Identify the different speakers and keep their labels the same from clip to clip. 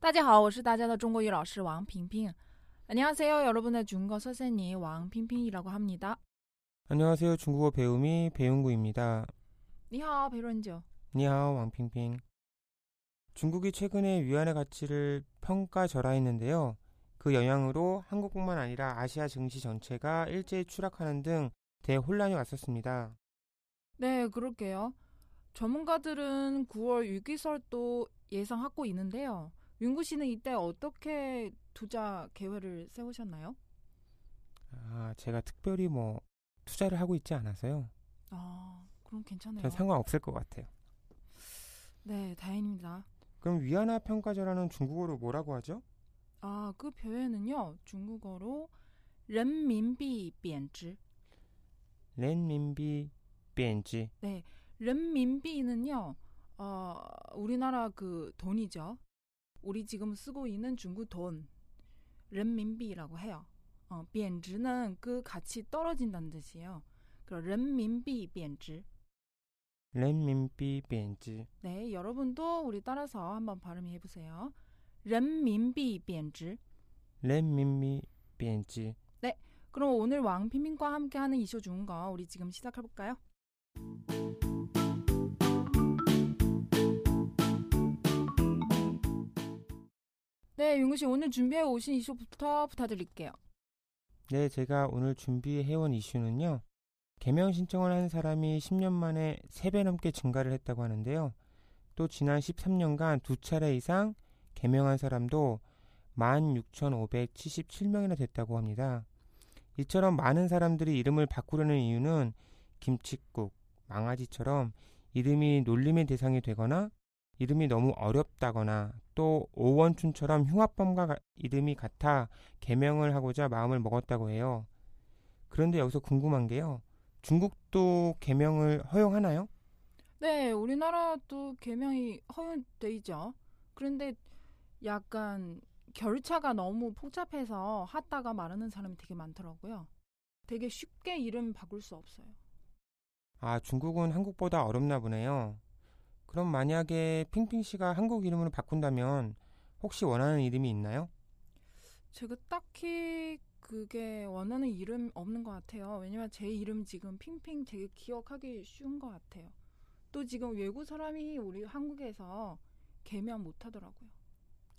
Speaker 1: 따지하 我是大家的中国语老师 왕핑핑 안녕하세요 여러분의 중국어 선생님 왕핑핑이라고 합니다.
Speaker 2: 안녕하세요. 중국어 배우미 배용구입니다.
Speaker 1: 니하오 베론지오
Speaker 2: 니하오 왕핑핑. 중국이 최근에 위안의 가치를 평가절하했는데요. 그 영향으로 한국뿐만 아니라 아시아 증시 전체가 일제히 추락하는 등 대혼란이 왔었습니다.
Speaker 1: 네, 그럴게요. 전문가들은 9월 위기설도 예상하고 있는데요. 윤구 씨는 이때 어떻게 투자 계획을 세우셨나요?
Speaker 2: 아, 제가 특별히 뭐 투자를 하고 있지 않아서요.
Speaker 1: 아, 그럼 괜찮아요.
Speaker 2: 전 상관없을 것 같아요.
Speaker 1: 네, 다행입니다.
Speaker 2: 그럼 위안화 평가절하는 중국어로 뭐라고 하죠?
Speaker 1: 아, 그 표현은요. 중국어로人民币贬值.
Speaker 2: 렌민비 벤지.
Speaker 1: 人民币는요. 어, 우리나라 그 돈이죠. 우리 지금 쓰고 있는 중국 돈. 人民币라고 해요. 어, 贬值는 그 가치 떨어진다는 뜻이에요. 그럼 人民币贬值.
Speaker 2: 렌민비 벤지.
Speaker 1: 네, 여러분도 우리 따라서 한번 발음해 보세요. 人民币贬值.
Speaker 2: 렌민비 벤지.
Speaker 1: 그럼 오늘 왕피민과 함께하는 이슈 중거 우리 지금 시작해 볼까요? 네, 윤구 씨 오늘 준비해 오신 이슈부터 부탁드릴게요.
Speaker 2: 네, 제가 오늘 준비해온 이슈는요. 개명 신청을 한 사람이 10년 만에 3배 넘게 증가를 했다고 하는데요. 또 지난 13년간 두 차례 이상 개명한 사람도 16,577명이나 됐다고 합니다. 이처럼 많은 사람들이 이름을 바꾸려는 이유는 김칫국, 망아지처럼 이름이 놀림의 대상이 되거나 이름이 너무 어렵다거나 또 오원춘처럼 흉악범과 가- 이름이 같아 개명을 하고자 마음을 먹었다고 해요. 그런데 여기서 궁금한 게요. 중국도 개명을 허용하나요?
Speaker 1: 네, 우리나라도 개명이 허용돼 있죠. 그런데 약간 절차가 너무 복잡해서 하다가 말하는 사람이 되게 많더라고요. 되게 쉽게 이름 바꿀 수 없어요.
Speaker 2: 아, 중국은 한국보다 어렵나 보네요. 그럼 만약에 핑핑 씨가 한국 이름으로 바꾼다면 혹시 원하는 이름이 있나요?
Speaker 1: 제가 딱히 그게 원하는 이름 없는 것 같아요. 왜냐면 제 이름 지금 핑핑 되게 기억하기 쉬운 것 같아요. 또 지금 외국 사람이 우리 한국에서 개명 못 하더라고요.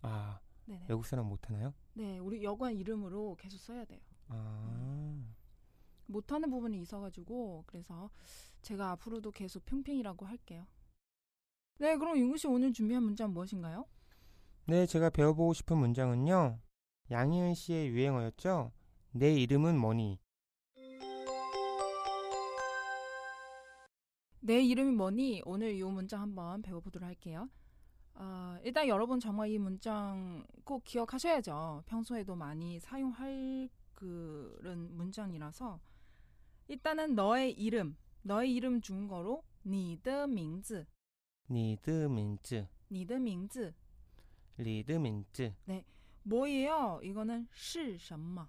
Speaker 2: 아,
Speaker 1: 네네.
Speaker 2: 외국 사람 못 하나요?
Speaker 1: 네, 우리 여관 이름으로 계속 써야 돼요.
Speaker 2: 아.
Speaker 1: 못하는 부분이 있어가지고 그래서 제가 앞으로도 계속 평평이라고 할게요. 네, 그럼 윤구 씨 오늘 준비한 문자는 무엇인가요?
Speaker 2: 네, 제가 배워보고 싶은 문장은요. 양희은 씨의 유행어였죠. 내 이름은 뭐니?
Speaker 1: 내 이름이 뭐니? 오늘 이 문장 한번 배워보도록 할게요. 아, 일단 여러분 정말 이 문장 꼭 기억하셔야죠. 평소에도 많이 사용할 그런 문장이라서 일단은 너의 이름, 너의 이름 중국어로 你的名字,
Speaker 2: 니드민즈,
Speaker 1: 你的名字
Speaker 2: 리드민즈,
Speaker 1: 뭐예요? 이거는 是什么?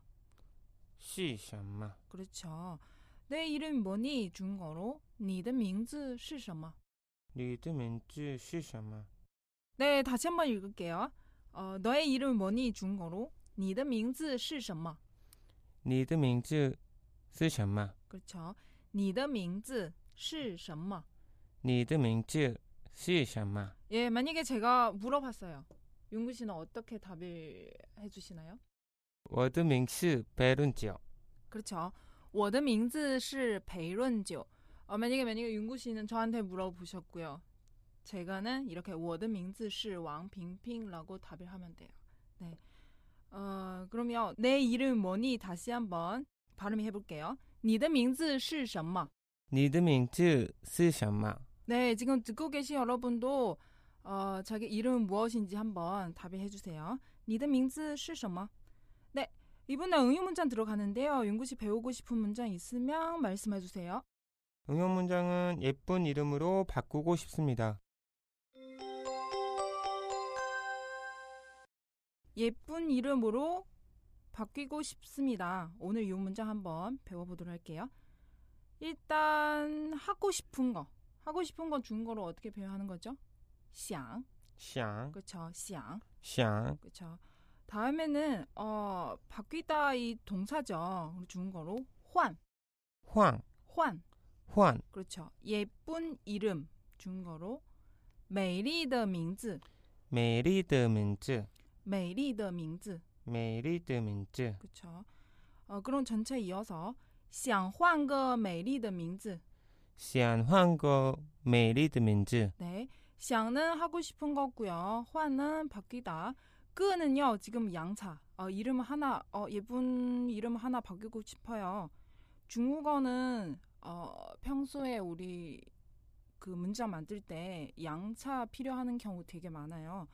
Speaker 2: 시셔마.
Speaker 1: 그렇죠. 내 이름 뭐니? 중국어로 你的名字是什么?
Speaker 2: 리드민즈 시셔마.
Speaker 1: 네, 다시 한번 읽을게요. 어, 너의 이름 뭐니? 중국어로 你的名字是什么?
Speaker 2: 니드민즈 쓰셔마.
Speaker 1: 그렇죠. 你的名字是什么?
Speaker 2: 니드민즈 시셔마.
Speaker 1: 예, 만약에 제가 물어봤어요. 윤구 씨는 어떻게 답을 해주시나요?
Speaker 2: 워드밍스 베룬지요.
Speaker 1: 그렇죠. 我的名字是裴润九. 어, 만약에 만약에 윤구 씨는 저한테 물어보셨고요. 제가는 이렇게 我的名字是王平平라고 답을 하면 돼요. 네. 어, 그러면 내 이름 뭐니 다시 한번 발음해 볼게요. 你的名字是什么?
Speaker 2: 니드민즈 쓰셔마.
Speaker 1: 네, 지금 듣고 계신 여러분도 어, 자기 이름은 무엇인지 한번 답을 해주세요. 你的名字是什么? 이번에 응용 문장 들어가는데요. 윤구 씨 배우고 싶은 문장 있으면 말씀해 주세요.
Speaker 2: 응용 문장은 예쁜 이름으로 바꾸고 싶습니다.
Speaker 1: 예쁜 이름으로 바뀌고 싶습니다. 오늘 이 문장 한번 배워보도록 할게요. 일단 하고 싶은 거. 하고 싶은 건 중국어로 어떻게 표현하는 거죠? 想.
Speaker 2: 샹,
Speaker 1: 그렇죠. 想.
Speaker 2: 샹.
Speaker 1: 그렇죠. 다음에는 어, 바뀌다 이 동사죠. 우리 중국어로 환.
Speaker 2: 황,
Speaker 1: 환.
Speaker 2: 환.
Speaker 1: 그렇죠. 예쁜 이름. 중국어로 美丽的名字.
Speaker 2: 메리드민즈,
Speaker 1: 美丽的名字.
Speaker 2: 메리드민즈.
Speaker 1: 그렇죠. 어, 그럼 전체 이어서 想换个美丽的名字.
Speaker 2: 시안 황거 메리드민즈.
Speaker 1: 네. 想는 하고 싶은 거고요. 换은 바뀌다. 끄는요. 지금 양차. 어, 이름 하나 어, 예쁜 이름 하나 바뀌고 싶어요. 중국어는 어, 평소에 우리 그 문장 만들 때 양차 필요하는 경우 되게 많아요.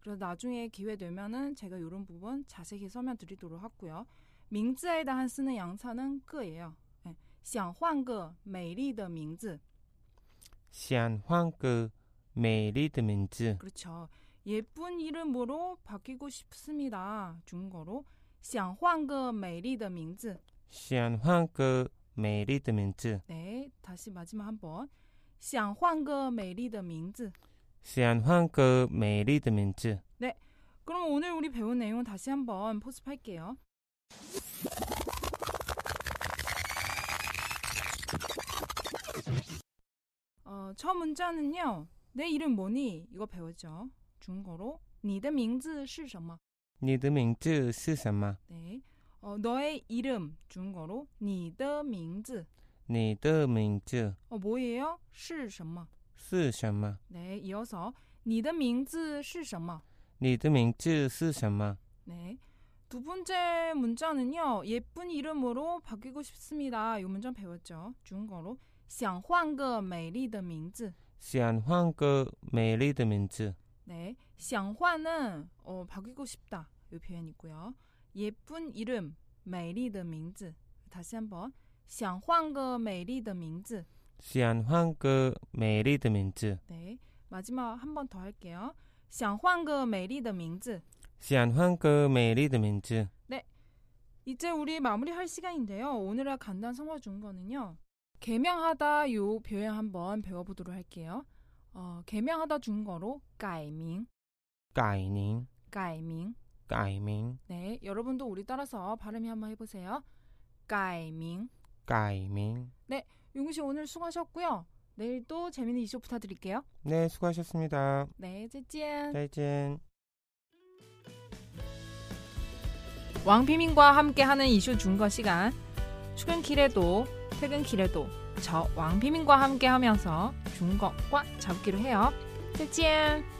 Speaker 1: 그래서 나중에 기회 되면은 제가 이런 부분 자세히 설명 드리도록 하고요. 민지에 대한 쓰는 양차는 끄예요. 네. 想换个美丽的名字.
Speaker 2: 시안 황거 메리드민즈.
Speaker 1: 그렇죠. 예쁜 이름으로 바뀌고 싶습니다. 중국어로 想换个美丽的名字.
Speaker 2: 시안 황거 메리드민즈.
Speaker 1: 네, 다시 마지막 한번. 想换个美丽的名字.
Speaker 2: 시안 황거 메리드민즈.
Speaker 1: 그럼 오늘 우리 배운 내용 다시 한번 포습할게요. 어, 첫 문자는요. 내 이름 뭐니? 이거 배웠죠. 중국어로 你的名字是什么?
Speaker 2: 니드민즈 스사마.
Speaker 1: 네. 어, 너의 이름 중국어로 你的名字.
Speaker 2: 니드민즈
Speaker 1: 어, 뭐예요? 是什么?
Speaker 2: 스사마.
Speaker 1: 네, 이어서 你的名字是什么?
Speaker 2: 니드민즈 스사마.
Speaker 1: 네. 두 번째 문자는요. 예쁜 이름으로 바뀌고 싶습니다. 이 문장 배웠죠. 중국어로 想换个美丽的名字.
Speaker 2: 시안 황거 메리드민즈.
Speaker 1: 네. 想换은 어, 바뀌고 싶다. 이 표현 있고요. 예쁜 이름, 美丽的名字. 다시 한번 想换个美丽的名字.
Speaker 2: 시안 황거 메리드민즈.
Speaker 1: 네. 마지막 한 번 더 할게요. 想换个美丽的名字.
Speaker 2: 시안 황거 메리드민즈.
Speaker 1: 이제 우리 마무리할 시간인데요. 오늘의 간단 성어 중거는요. 개명하다 요 표현 한번 배워보도록 할게요. 어, 개명하다 중거로 改名,
Speaker 2: 가이닝,
Speaker 1: 改名.
Speaker 2: 가이밍,
Speaker 1: 네, 여러분도 우리 따라서 발음이 한번 해보세요. 改名.
Speaker 2: 가이밍.
Speaker 1: 용우 씨 오늘 수고하셨고요. 내일도 재미있는 이슈 부탁드릴게요.
Speaker 2: 네, 수고하셨습니다.
Speaker 1: 네, 짠.
Speaker 2: 再见。
Speaker 1: 왕피민과 함께하는 이슈 준거 시간 출근길에도 퇴근길에도 저 왕피민과 함께하면서 준거과 잡기로 해요. 짠.